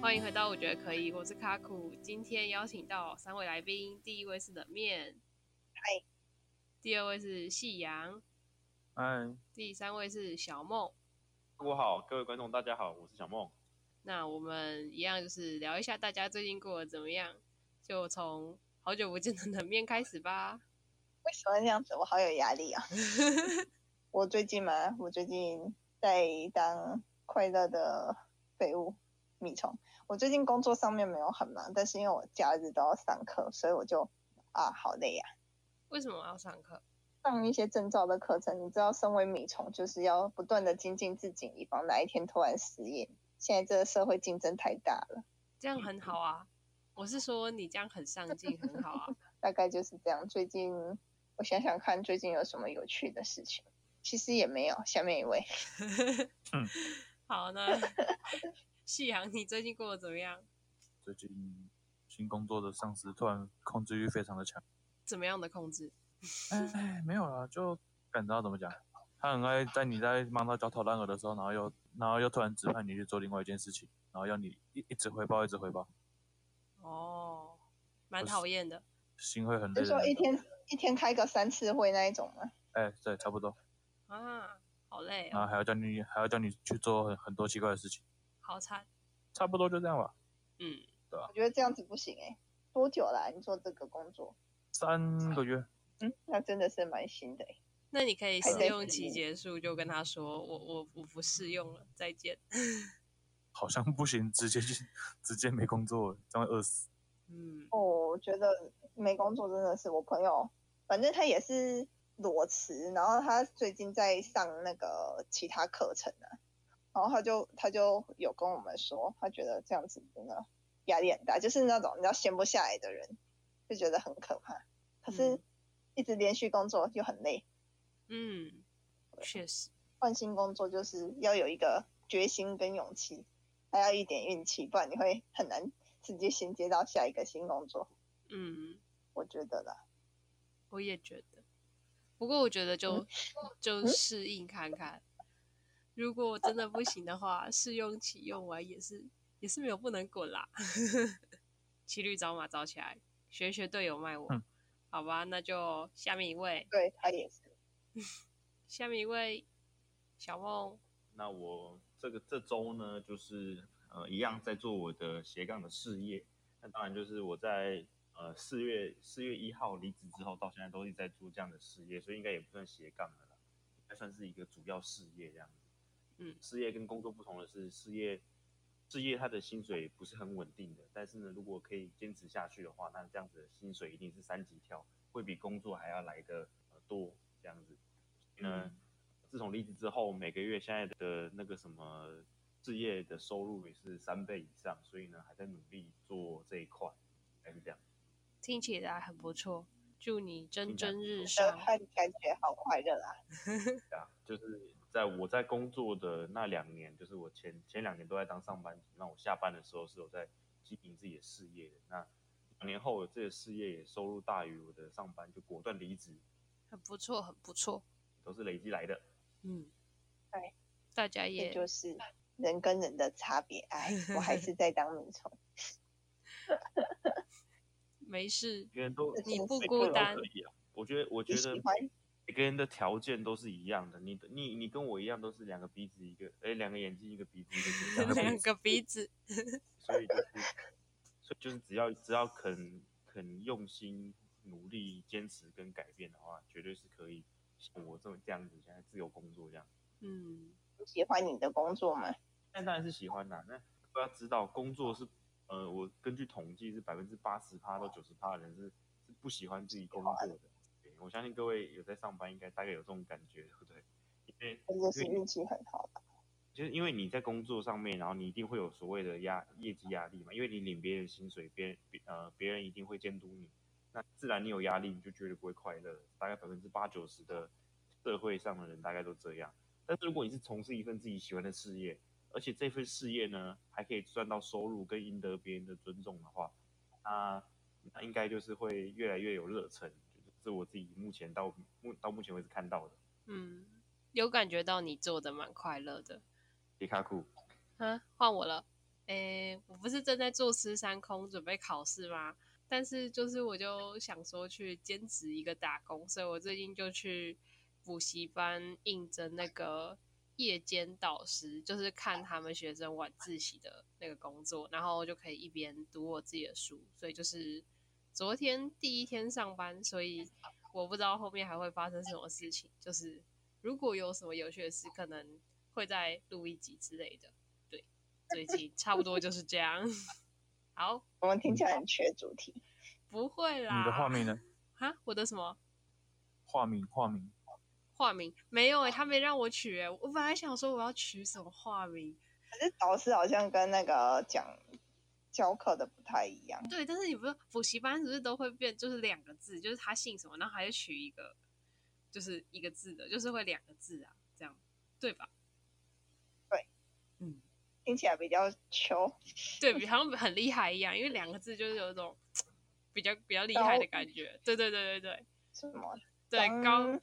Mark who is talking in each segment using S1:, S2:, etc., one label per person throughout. S1: 欢迎回到我觉得可以，我是卡库。今天邀请到三位来宾，第一位是冷面，
S2: 嗨；
S1: 第二位是夕阳，
S3: 嗨，
S1: 第三位是小梦。
S3: 我好，各位观众大家好，我是小梦。
S1: 那我们一样就是聊一下大家最近过得怎么样，就从好久不见的冷面开始吧。
S2: 为什么这样子？我好有压力啊！我最近嘛，我最近在当快乐的废物米虫。我最近工作上面没有很忙，但是因为我假日都要上课，所以我就啊好累呀、
S1: 为什么要上课？
S2: 上一些证照的课程，你知道，身为米虫就是要不断的精进自己，以防哪一天突然失业。现在这个社会竞争太大了，
S1: 这样很好啊。我是说你这样很上进，很好啊。
S2: 大概就是这样。最近我想想看，最近有什么有趣的事情？其实也没有。下面一位。
S1: 好，那夕阳，你最近过得怎么样？
S3: 最近新工作的上司突然控制欲非常的强，
S1: 怎么样的控制？
S3: 哎，没有啦，就感知道怎么讲，他很爱在你在忙到焦头烂额的时候，然后又然后又突然指派你去做另外一件事情，然后要你一一直回报，一直回报，
S1: 哦，蛮讨厌的。
S3: 心会很累
S2: 就
S3: 的
S2: 说一
S3: 那种。
S2: 天一天开个三次会那一种吗？
S3: 哎，对，差不多。
S1: 啊，好累
S3: 然
S1: 哦，
S3: 后还要叫你还要叫你去做很很多奇怪的事情，
S1: 好惨。
S3: 差不多就这样吧。
S1: 嗯，
S2: 我觉得这样子不行哎、多久啦、你做这个工作？
S3: 三个月，
S2: 嗯，那真的是蛮新的、欸。
S1: 那你可以
S2: 还
S1: 试
S2: 在
S1: 用
S2: 适
S1: 期
S2: 应
S1: 结束就跟他说，我我我不试用了，再见。
S3: 好像不行，直接就直接没工作了，这样会饿死。
S1: 嗯，
S2: 哦，我觉得没工作真的是我朋友，反正他也是裸辞，然后他最近在上那个其他课程啊，然后他就他就有跟我们说，他觉得这样子真的压力很大，就是那种你知道闲不下来的人，就觉得很可怕。可是
S1: 嗯，
S2: 一直连续工作就很累，
S1: 嗯，确实，
S2: 换新工作就是要有一个决心跟勇气，还要一点运气，不然你会很难直接衔接到下一个新工作。
S1: 嗯，
S2: 我觉得啦，
S1: 我也觉得。不过我觉得就就
S2: 嗯
S1: 适应看看，如果真的不行的话，试用期用完也是也是没有不能滚啦。 骑驴找马找起来，学学队友卖我
S3: 嗯，
S1: 好吧？那就下面一位，
S2: 对他也是。
S1: 下面一位小梦，
S4: 那我这个这周呢，就是呃一样在做我的斜杠的事业。那当然就是我在呃四月四月一号离职之后，到现在都一直在做这样的事业，所以应该也不算斜杠的啦，应该算是一个主要事业这样子。
S1: 嗯
S4: 事业跟工作不同的是，事业事业它的薪水不是很稳定的，但是呢，如果可以坚持下去的话，那这样子的薪水一定是三级跳，会比工作还要来的呃多这样子。所以呢，
S1: 嗯
S4: 自从离职之后，每个月现在的那个什么置业的收入也是三倍以上，所以呢，还在努力做这一块，还是这样。
S1: 听起来很不错，祝你蒸
S4: 听起来
S1: 蒸
S4: 不
S1: 日
S2: 呃，
S1: 上。
S2: 他感觉好快乐啊！
S4: 对啊，就是在我在工作的那两年，就是我前前两年都在当上班族，那我下班的时候是有在经营自己的事业的。那两年后，这个事业也收入大于我的上班，就果断离职，
S1: 很不错，很不错。
S4: 都是累积来的。
S1: 嗯，
S2: 对，
S1: 大家
S2: 这
S1: 也
S2: 就是人跟人的差别。哎，我还是在当米虫，
S1: 没事。
S4: 每个人都
S2: 这
S1: 你
S2: 真
S1: 不
S2: 是
S1: 孤
S2: 个
S4: 都
S1: 单
S4: 可以啊。我觉得，我觉
S2: 你
S4: 得
S2: 喜欢
S4: 每个人的条件都是一样的，你的你你跟我一样都是两个鼻子一个，哎，两个眼睛一个鼻子 一个
S1: 两
S4: 鼻子，
S1: 个鼻子，
S4: 所以就是所以就是只要只要肯肯用心努力坚持跟改变的话，绝对是可以像我这么这样子现在自由工作这样。
S1: 嗯，
S2: 你喜欢你的工作吗？
S4: 但当然是喜欢啦，那都要知道工作是呃，我根据统计是百分之八十趴到九十趴的人是是不喜欢自己工作的。对我相信各位有在上班，应该大概有这种感觉，对不对？因为
S2: 或者是运气很好吧？
S4: 就是因为你在工作上面，然后你一定会有所谓的压业绩压力嘛，因为你领别人薪水，别人别呃别人一定会监督你，那自然你有压力，你就绝对不会快乐。大概百分之八九十的社会上的人大概都这样。但是如果你是从事一份自己喜欢的事业，而且这份事业呢还可以赚到收入跟赢得别人的尊重的话，那那应该就是会越来越有热忱，就是这是我自己目前到目到目前为止看到的。
S1: 嗯，有感觉到你做的蛮快乐的
S4: 迪卡库，
S1: 啊。换我了，哎、诶、我不是正在坐吃山空准备考试吗？但是就是我就想说去兼职一个打工，所以我最近就去补习班应征那个夜间导师，就是看他们学生晚自习的那个工作，然后就可以一边读我自己的书，所以就是昨天第一天上班，所以我不知道后面还会发生什么事情，就是如果有什么有趣的事，可能会再录一集之类的。对，最近差不多就是这样。 好，
S2: 我们听起来很缺主题。
S1: 不会啦。
S3: 你的化名呢？
S1: 啊，我的什么
S3: 化名化名，
S1: 化名？没有诶、欸他没让我取诶、我本来想说我要取什么化名，
S2: 可是导师好像跟那个讲教课的不太一样，
S1: 对，但是你不是补习班是不是都会变，就是两个字，就是他姓什么，然后还是取一个，就是一个字的，就是会两个字啊，这样对吧？嗯
S2: 听起来比较秋。
S1: 对比好像很厉害一样，因为两个字就是有一种比较比较厉害的感觉。对对对对对
S2: 什么？
S1: 对，
S2: 张
S1: 高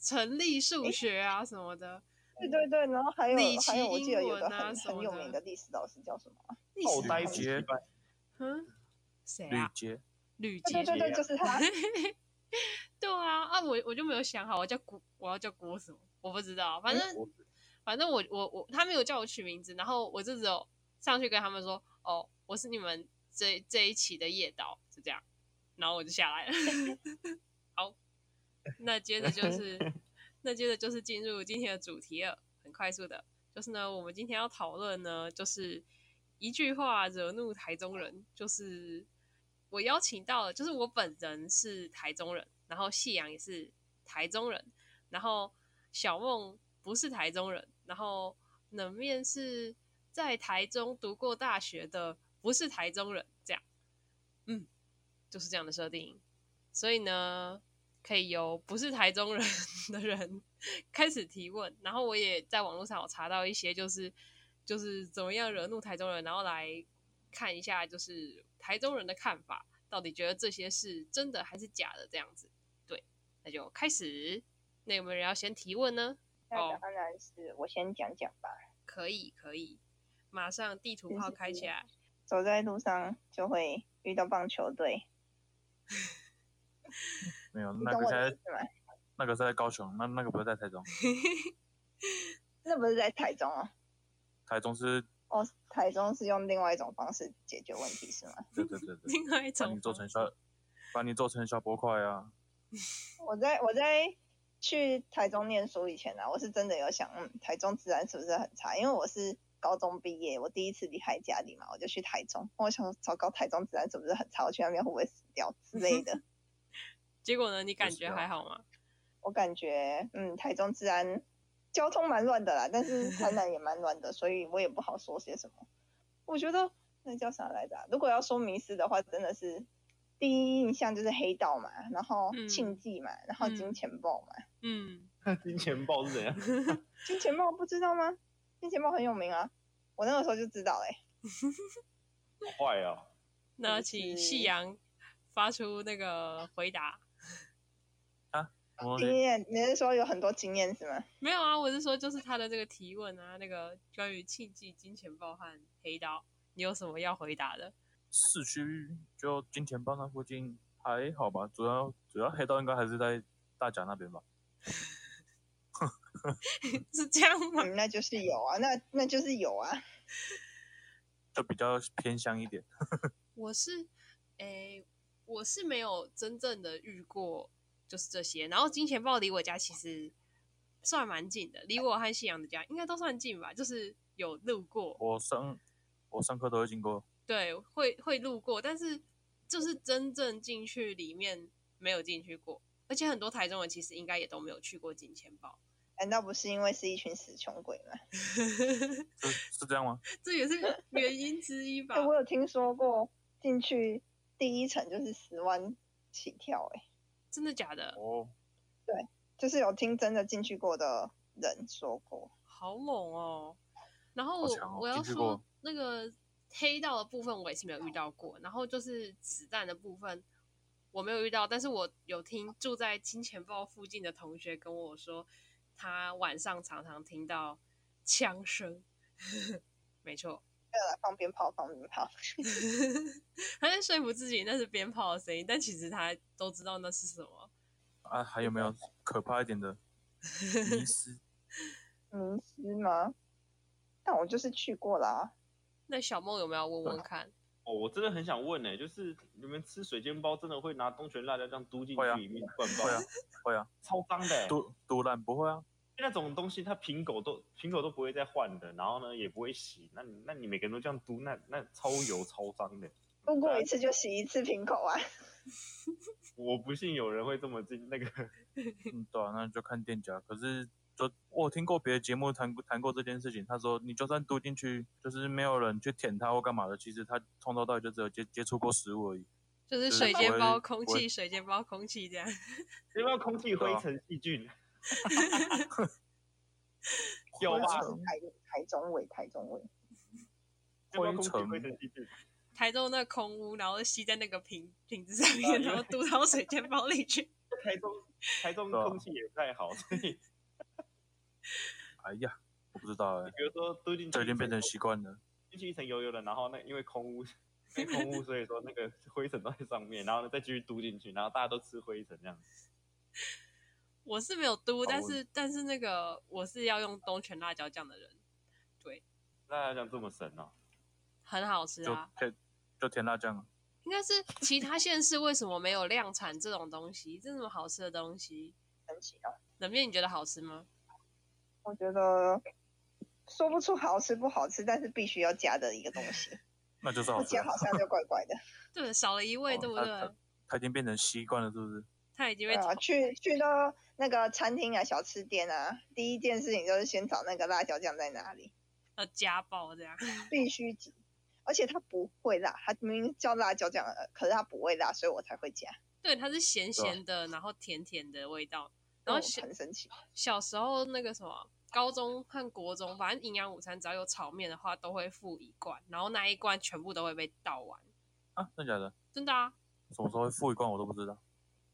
S1: 成立数学啊什么的，
S2: 对对对，然后还有
S1: 理
S2: 还
S1: 奇
S2: 有，我记得有
S1: 英
S2: 个
S1: 文啊
S2: 很
S1: 什
S2: 很
S1: 么
S2: 有
S1: 的
S2: 名的历史老师叫什么啊？
S1: 历
S3: 好
S1: 史
S3: 呆
S1: 老师
S3: 杰
S1: 嗯，谁
S3: 吕
S1: 啊？
S3: 杰，
S1: 吕杰
S2: 对对对对，
S4: 杰
S2: 就 是他。
S1: 对啊，啊，我我就没有想好，我叫郭，我要叫郭什么，我不知道，反正、
S4: 哎我
S1: 反正我我我他没有叫我取名字，然后我就只有上去跟他们说，哦，我是你们这这一期的夜导，就这样，然后我就下来了。 好，那接着就是那接着就是进入今天的主题了，很快速的，就是呢，我们今天要讨论呢，就是一句话惹怒台中人，就是我邀请到了，就是我本人是台中人，然后夕阳也是台中人，然后小梦不是台中人，然后冷面是在台中读过大学的，不是台中人，这样，嗯，就是这样的设定。所以呢，可以由不是台中人 的人开始提问，然后我也在网络上有查到一些，就是就是怎么样惹怒台中人，然后来看一下就是台中人的看法，到底觉得这些是真的还是假的这样子。对，那就开始。那有没有人要先提问呢？
S2: 那
S1: 哦
S2: 当然是我先讲讲吧。
S1: 可以，可以，马上地图
S2: 真
S1: 炮
S2: 是
S1: 开起来。
S2: 走在路上就会遇到棒球队，
S3: 没有，
S2: 你
S3: 那
S2: 懂
S3: 个
S2: 我
S3: 现
S2: 的意
S3: 在
S2: 思吗？
S3: 那个是在高雄，那那个不是在台中，
S2: 那不是在台中哦，
S3: 台中是，
S2: 哦，台中是用另外一种方式解决问题是吗？
S3: 对对 对对，
S1: 另外一
S3: 把
S1: 种
S3: 你做
S1: 方
S3: 成
S1: 式
S3: 小，把你做成小波块啊，
S2: 我在我在去台中念书以前啊，我是真的有想，嗯，台中治安是不是很差？因为我是高中毕业，我第一次离开家里嘛，我就去台中，我想说糟糕，台中治安是不是很差？我去那边会不会死掉之类的？
S1: 结果呢？你感
S3: 是
S1: 觉
S3: 啊
S1: 还好吗？
S2: 我感觉，嗯，台中治安交通蛮乱的啦，但是台南也蛮乱的，所以我也不好说些什么。我觉得那叫啥来着啊、如果要说迷失的话，真的是第一印象就是黑道嘛，然后
S1: 嗯
S2: 庆忌嘛，然后金
S1: 嗯
S2: 钱豹嘛。
S1: 嗯，
S4: 金钱豹是怎样？
S2: 金钱豹不知道吗？金钱豹很有名啊，我那个时候就知道嘞、
S4: 坏哦，
S1: 那
S2: 就
S1: 请
S2: 是
S1: 夕阳发出那个回答。
S3: 我
S1: 哦
S2: 欸经验，你是说有很多经验是吗？
S1: 没有啊，我是说，就是他的这个提问啊，那个关于庆忌、金钱豹和黑刀，你有什么要回答的？
S3: 市区就金钱豹那附近还好吧，主要主要黑道应该还是在大甲那边吧。
S1: 是这样吗？
S2: 嗯，那就是有啊，那那就是有啊。
S3: 就比较偏乡一点。
S1: 我是，诶、我是没有真正的遇过，就是这些。然后金钱豹离我家其实算蛮近的，离我和信阳的家应该都算近吧，就是有路过，
S3: 我上我上课都会经过，
S1: 对，会会路过，但是就是真正进去里面没有进去过。而且很多台中人其实应该也都没有去过金钱豹，
S2: 难道不是因为是一群死穷鬼吗？
S3: 是是这样吗？
S1: 这也是原因之一吧
S2: 哎、。我有听说过，进去第一层就是十万起跳、哎，
S1: 真的假的？
S3: 哦，
S2: 就是有听真的进去过的人说过。
S1: 好猛哦！然后
S3: 好
S1: 我、
S3: 强哦
S1: 我要
S3: 进去
S1: 说
S3: 过
S1: 那个黑道的部分我也是没有遇到过，然后就是子弹的部分我没有遇到，但是我有听住在金钱豹附近的同学跟我说， 他晚上常常听到枪声，没错，
S2: 哎、了，放鞭炮，放鞭炮。
S1: 他在说服自己那是鞭炮的声音，但其实他都知道那是什么。
S3: 啊，还有没有可怕一点的迷失？
S2: 迷失吗？但我就是去过啦，
S1: 那小梦有没有问问看？
S4: 哦，我真的很想问呢、就是你们吃水煎包真的会拿东泉辣椒酱嘟进去
S3: 会啊
S4: 里面灌爆？
S3: 会啊，会啊，
S4: 超脏的、欸。
S3: 独独揽不会啊，
S4: 那种东西，它瓶口都瓶口都不会再换的，然后呢也不会洗，那你那你每个人都这样嘟，那那超油超脏的。
S2: 路
S4: 啊
S2: 过一次就洗一次瓶口啊。
S4: 我不信有人会这么进 那个。
S3: 嗯，对啊，那就看店家。可是就我有听过别的节目谈过谈过这件事情，他说你就算丢进去，就是没有人去舔它或干嘛的，其实它从头到尾就只有接接触过食物而已。
S1: 就是
S3: 就是
S1: 水
S3: 不
S1: 煎
S3: 会
S1: 包、空
S3: 不会
S1: 气、水煎包、空气这样。
S4: 因为空气灰尘细菌，有
S3: 灰
S4: 啊吧
S3: 尘
S2: 台台中味，台中味。
S4: 要不要
S3: 灰
S4: 空气
S3: 尘
S4: 灰尘细菌，
S1: 台州那空屋，然后吸在那个瓶瓶子上 面，然后嘟到水煎包里去。
S4: 台中台中
S3: 对啊
S4: 空气也不太好，所以
S3: 哎呀，我不知道哎、
S4: 比如说丢进去
S3: 这已经变成
S4: 一层
S3: 习惯了。
S4: 进去一层油油的，然后那因为空污，因为空污，所以说那个灰尘都在上面，然后呢再继续嘟进去，然后大家都吃灰尘这样。
S1: 我是没有嘟，但
S3: 问
S1: 是但是那个我是要用东泉辣椒酱的人，
S4: 那像这么神哦、
S1: 很好吃
S3: 就
S1: 啊。
S3: 甜就甜辣酱啊，
S1: 应该是其他县市为什么没有量产这种东西，这么好吃的东西？
S2: 神奇啊！
S1: 冷面你觉得好吃吗？
S2: 我觉得说不出好吃不好吃，但是必须要加的一个东西，
S3: 那就是好
S2: 不
S3: 吃啊
S2: 加。好像就怪怪的。
S1: 对，少了一味，
S3: 哦
S1: 对不
S3: 它
S1: 对？
S3: 它已经变成习惯了，是不是？
S1: 它已经
S2: 对
S1: 被
S2: 啊，去去到那个餐厅啊、小吃店啊，第一件事情就是先找那个辣椒酱在哪里，
S1: 呃家暴这样。
S2: 必须挤。而且它不会辣，它明明叫辣椒酱，呃可是它不会辣，所以我才会加。
S1: 对，它是咸
S3: 对啊
S1: 咸的，然后甜甜的味道。然
S2: 然
S1: 后
S2: 后
S1: 小
S2: 很神奇，
S1: 小时候那个什么，高中和国中，反正营养午餐只要有炒面的话，都会附一罐，然后那一罐全部都会被倒完。
S3: 啊，真假的？
S1: 真的啊，
S3: 什么时候会付一罐我都不知道。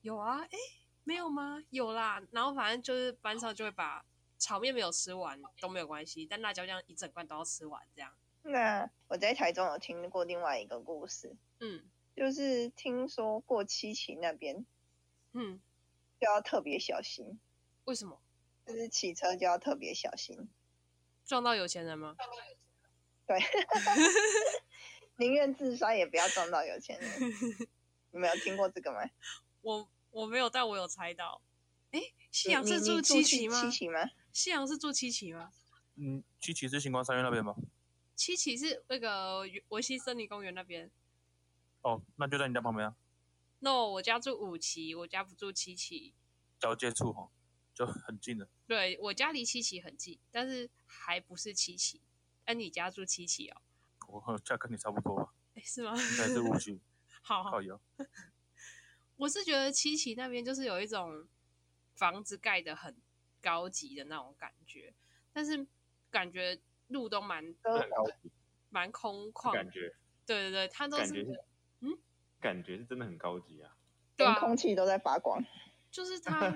S1: 有啊，诶，没有吗？有啦。然后反正就是班上就会把炒面没有吃完都没有关系，但辣椒酱一整罐都要吃完这样。
S2: 那我在台中有听过另外一个故事，
S1: 嗯
S2: 就是听说过七期那边
S1: 嗯，
S2: 就要特别小心，
S1: 为什么
S2: 就是骑车就要特别小心，
S1: 撞到有钱人吗？
S2: 宁愿自杀也不要撞到有 钱人。你们有听过这个吗？
S1: 我我没有，但我有猜到。诶，夕阳
S2: 你
S1: 是
S2: 你
S1: 住
S2: 住
S1: 七
S2: 去
S1: 期吗？
S2: 七期吗？
S1: 夕阳是住七期吗？
S3: 嗯，七旗是星光三院那边吗？
S1: 七期是那个维西森林公园那边。
S3: 哦，那就在你家旁边啊，
S1: no，我家住五期，我家不住七期。
S3: 交界处哈，就很近的。
S1: 对我家离七期很近，但是还不是七期。哎、你家住七期哦？
S3: 我价跟你差不多吧，
S1: 哎，是吗？
S3: 应该是五期
S1: 好好
S3: 靠，腰。
S1: 我是觉得七期那边就是有一种房子盖的很高级的那种感觉，但是感觉路都蛮
S2: 都
S4: 很高级，
S1: 蛮空旷
S4: 感
S1: 的。
S4: 觉
S1: 对对对，它都
S4: 感觉
S1: 是
S4: 是
S1: 嗯，
S4: 感觉是真的很高级啊。
S1: 对
S2: 连
S1: 啊，
S2: 空气都在发光。
S1: 就是 它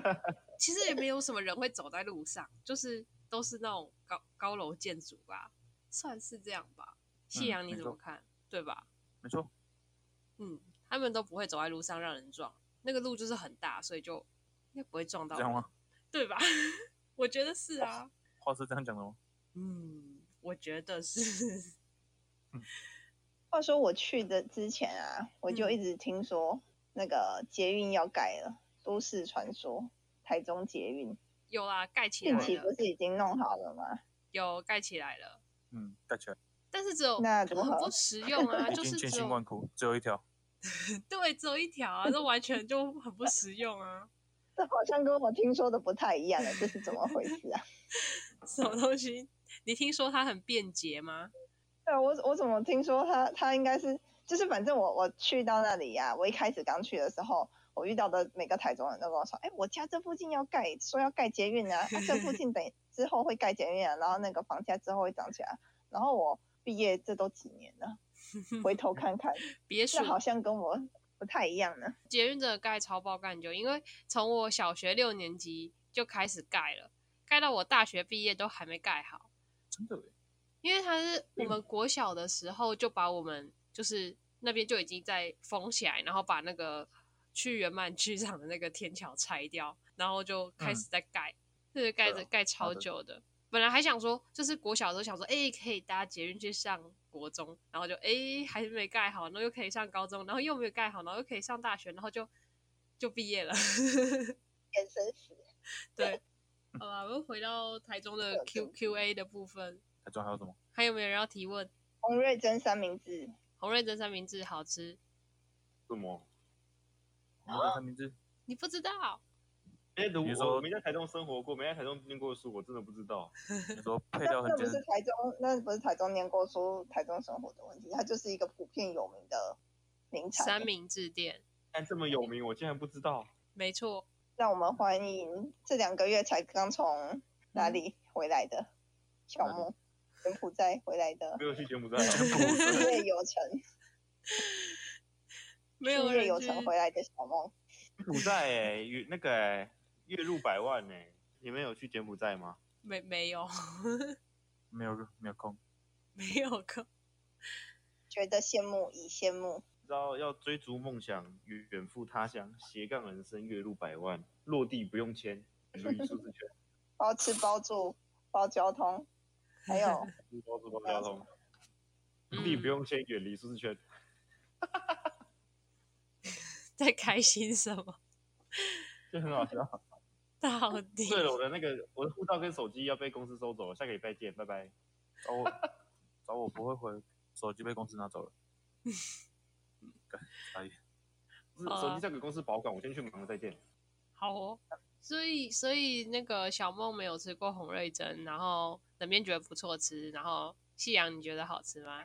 S1: 其实也没有什么人会走在路上，就是都是那种高高楼建筑吧，算是这样吧。夕
S3: 嗯
S1: 阳你
S3: 没
S1: 怎么
S3: 错
S1: 看？对吧？
S3: 没错，
S1: 嗯，他们都不会走在路上让人撞，那个路就是很大，所以就应该不会撞到
S3: 这样
S1: 人
S3: 吗？
S1: 对吧？ 我觉得是 啊，
S3: 话是这样讲的吗？
S1: 嗯，我觉得是，
S2: 话说我去的之前啊，我就
S1: 嗯
S2: 一直听说那个捷运要改了，都市传说，台中捷运
S1: 有啦，盖起
S2: 近
S1: 来
S2: 期不
S1: 了，
S2: 是已经弄好了吗？
S1: 有盖起来了，
S3: 嗯，盖起来，
S1: 但是只有
S2: 那
S1: 很
S2: 如何
S1: 不实用啊，
S3: 已
S1: 就
S3: 经
S1: 是只
S3: 千辛
S1: 有
S3: 万苦，只有一条。
S1: 对，只有一条啊，这完全就很不实用啊。
S2: 这好像跟我听说的不太一样了，这是怎么回事啊？
S1: 什么东西？你听说它很便捷吗？
S2: 对啊，我我怎么听说他他应该是，就是反正我我去到那里呀、我一开始刚去的时候，我遇到的每个台中人都跟我说，哎，我家这附近要盖，说要盖捷运啊，啊这附近等之后会盖捷运啊，然后那个房价之后会涨起来，然后我毕业这都几年了，回头看 看，
S1: 别墅
S2: 这好像跟我不太一样呢。
S1: 捷运真的盖超爆干久，因为从我小学六年级就开始盖了，盖到我大学毕业都还没盖好。
S3: 真的耶，
S1: 因为他是我们国小的时候就把我们就是那边就已经在封起来，然后把那个去圆满剧场的那个天桥拆掉，然后就开始在盖，就是盖着
S3: 嗯对啊
S1: 盖超
S3: 好的
S1: 久的。本来还想说，就是国小的时候想说，哎、可以搭捷运去上国中，然后就哎、还是没盖好，然后又可以上高中，然后又没有盖好，然后又可以上大学，然后就就毕业了。
S2: 眼神死。
S1: 对，好吧，我们回到台中
S3: 啊
S1: 的 Q Q A 的部分，
S3: 台中还有什么？
S1: 还有没有人要提问？
S2: 洪瑞珍三明治，
S1: 红瑞珍三明治好吃，
S4: 什么？
S3: 我们的三明治，
S1: 你不知道？
S4: 哎，如
S3: 你
S4: 果
S3: 说
S4: 我没在台中生活过，没在台中念过书，我真的不知道。
S3: 你说配
S2: 那
S3: 料很
S2: 那不
S3: 简
S2: 是
S3: 单，
S2: 台中，那不是台中念过书、台中生活的问题，它就是一个普遍有名的名产。
S1: 三明治店，
S4: 但这么有名，我竟然不知道。
S1: 没错，
S2: 让我们欢迎这两个月才刚从
S1: 嗯
S2: 哪里回来的小木，柬埔寨回来的
S4: 没有去柬埔寨，哦
S2: 事业有成，
S1: 没有
S2: 事业
S1: 人
S2: 有
S1: 去
S2: 成回来的小梦，
S4: 柬埔寨哎，月那个哎，月入百万哎，你们有去柬埔寨吗？
S1: 没没有
S3: 没有没有空。
S1: 没有个
S2: 觉得羡慕已羡慕。
S4: 知道要追逐梦想，远远赴他乡，斜杠人生，月入百万，落地不用签，属于舒适圈，
S2: 包吃包住包交通，还 有
S4: 包吃包交通，落地
S1: 嗯
S4: 不用签，远离舒适圈。
S1: 在开心什么？
S4: 就很好笑。
S1: 到底
S4: 对了，我的那个我的护照跟手机要被公司收走了，下个礼拜见，拜拜。
S3: 找我找我不会回，手机被公司拿走了。干傻眼
S4: 不是手机交给公司保管，我先去忙了，再见。
S1: 好哦。所以，所以那个小梦没有吃过红瑞珍，然后冷面觉得不错吃，然后夕阳你觉得好吃吗？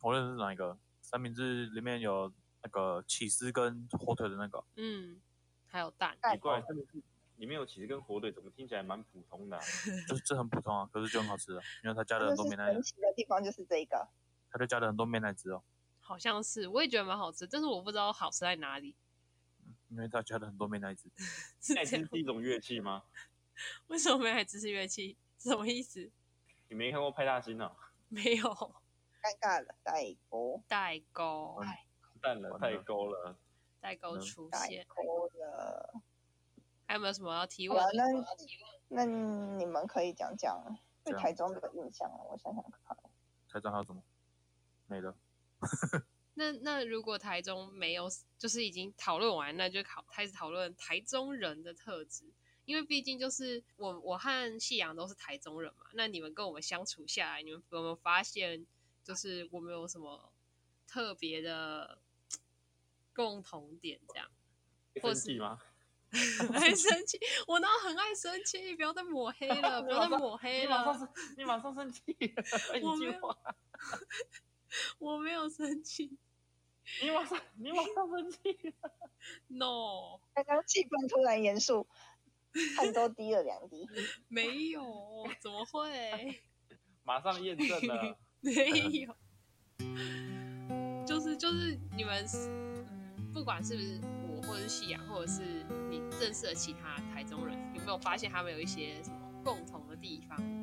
S3: 我认识哪一个？三明治里面有那个起司跟火腿的那个，
S1: 嗯，还有蛋，
S2: 哎
S4: 奇怪，他们是里面有起司跟火腿，怎么听起来蛮普通 的啊、
S3: 就是这很普通啊，可是就很好吃啊，因为它加了
S2: 就
S3: 很多
S2: 是
S3: 美奶
S2: 神，奇的地方就是这一个，
S3: 它就加了很多美奶汁哦，
S1: 好像是，我也觉得蛮好吃，但是我不知道好吃在哪里。
S3: 嗯因为它加了很多美奶汁，
S1: 是
S4: 那
S1: 这
S4: 是
S1: 样？
S4: 是一种乐器吗？
S1: 为什么没来支持乐器？什么意思？
S4: 你没看过派大 星啊？
S1: 没有
S2: 尴尬了，代沟，
S1: 代沟，
S3: 嗯
S1: 哎
S4: 淡了，
S3: 完了
S4: 太高了。
S1: 代沟
S3: 嗯
S1: 出
S2: 代
S1: 现，
S2: 沟了。
S1: 还有没有什么要提
S2: 好
S1: 问
S2: 了，
S1: 的？
S2: 那那你们可以讲讲对
S3: 这样
S2: 台中的印象，啊我想想看。
S3: 台中还有什么？没了，
S1: 那那如果台中没有，就是已经讨论完，那就考开始讨论台中人的特质，因为毕竟就是我我和夕阳都是台中人嘛。那你们跟我们相处下来，你们有没有发现，就是我们有什么特别的共同点？这样？
S4: 会
S1: 或
S4: 生
S1: 是
S4: 气吗？
S1: 爱生气，我那很爱生气，不要再抹黑 了，不要再抹黑
S4: 你马上
S1: 了，
S4: 生， 你马上生气哎了，
S1: 我
S4: 一句
S1: 没有
S4: 话，
S1: 我没有生气
S4: 你马上，你马上生气了。
S1: ，no，
S2: 刚刚气氛突然严肃，汗都滴了两滴。
S1: 没有，怎么会？
S4: 马上验证了，
S1: 没有，就是就是你们是，嗯，不管是不是我，或者是夕阳，或者是你认识的其他台中人，有没有发现他们有一些什么共同的地方？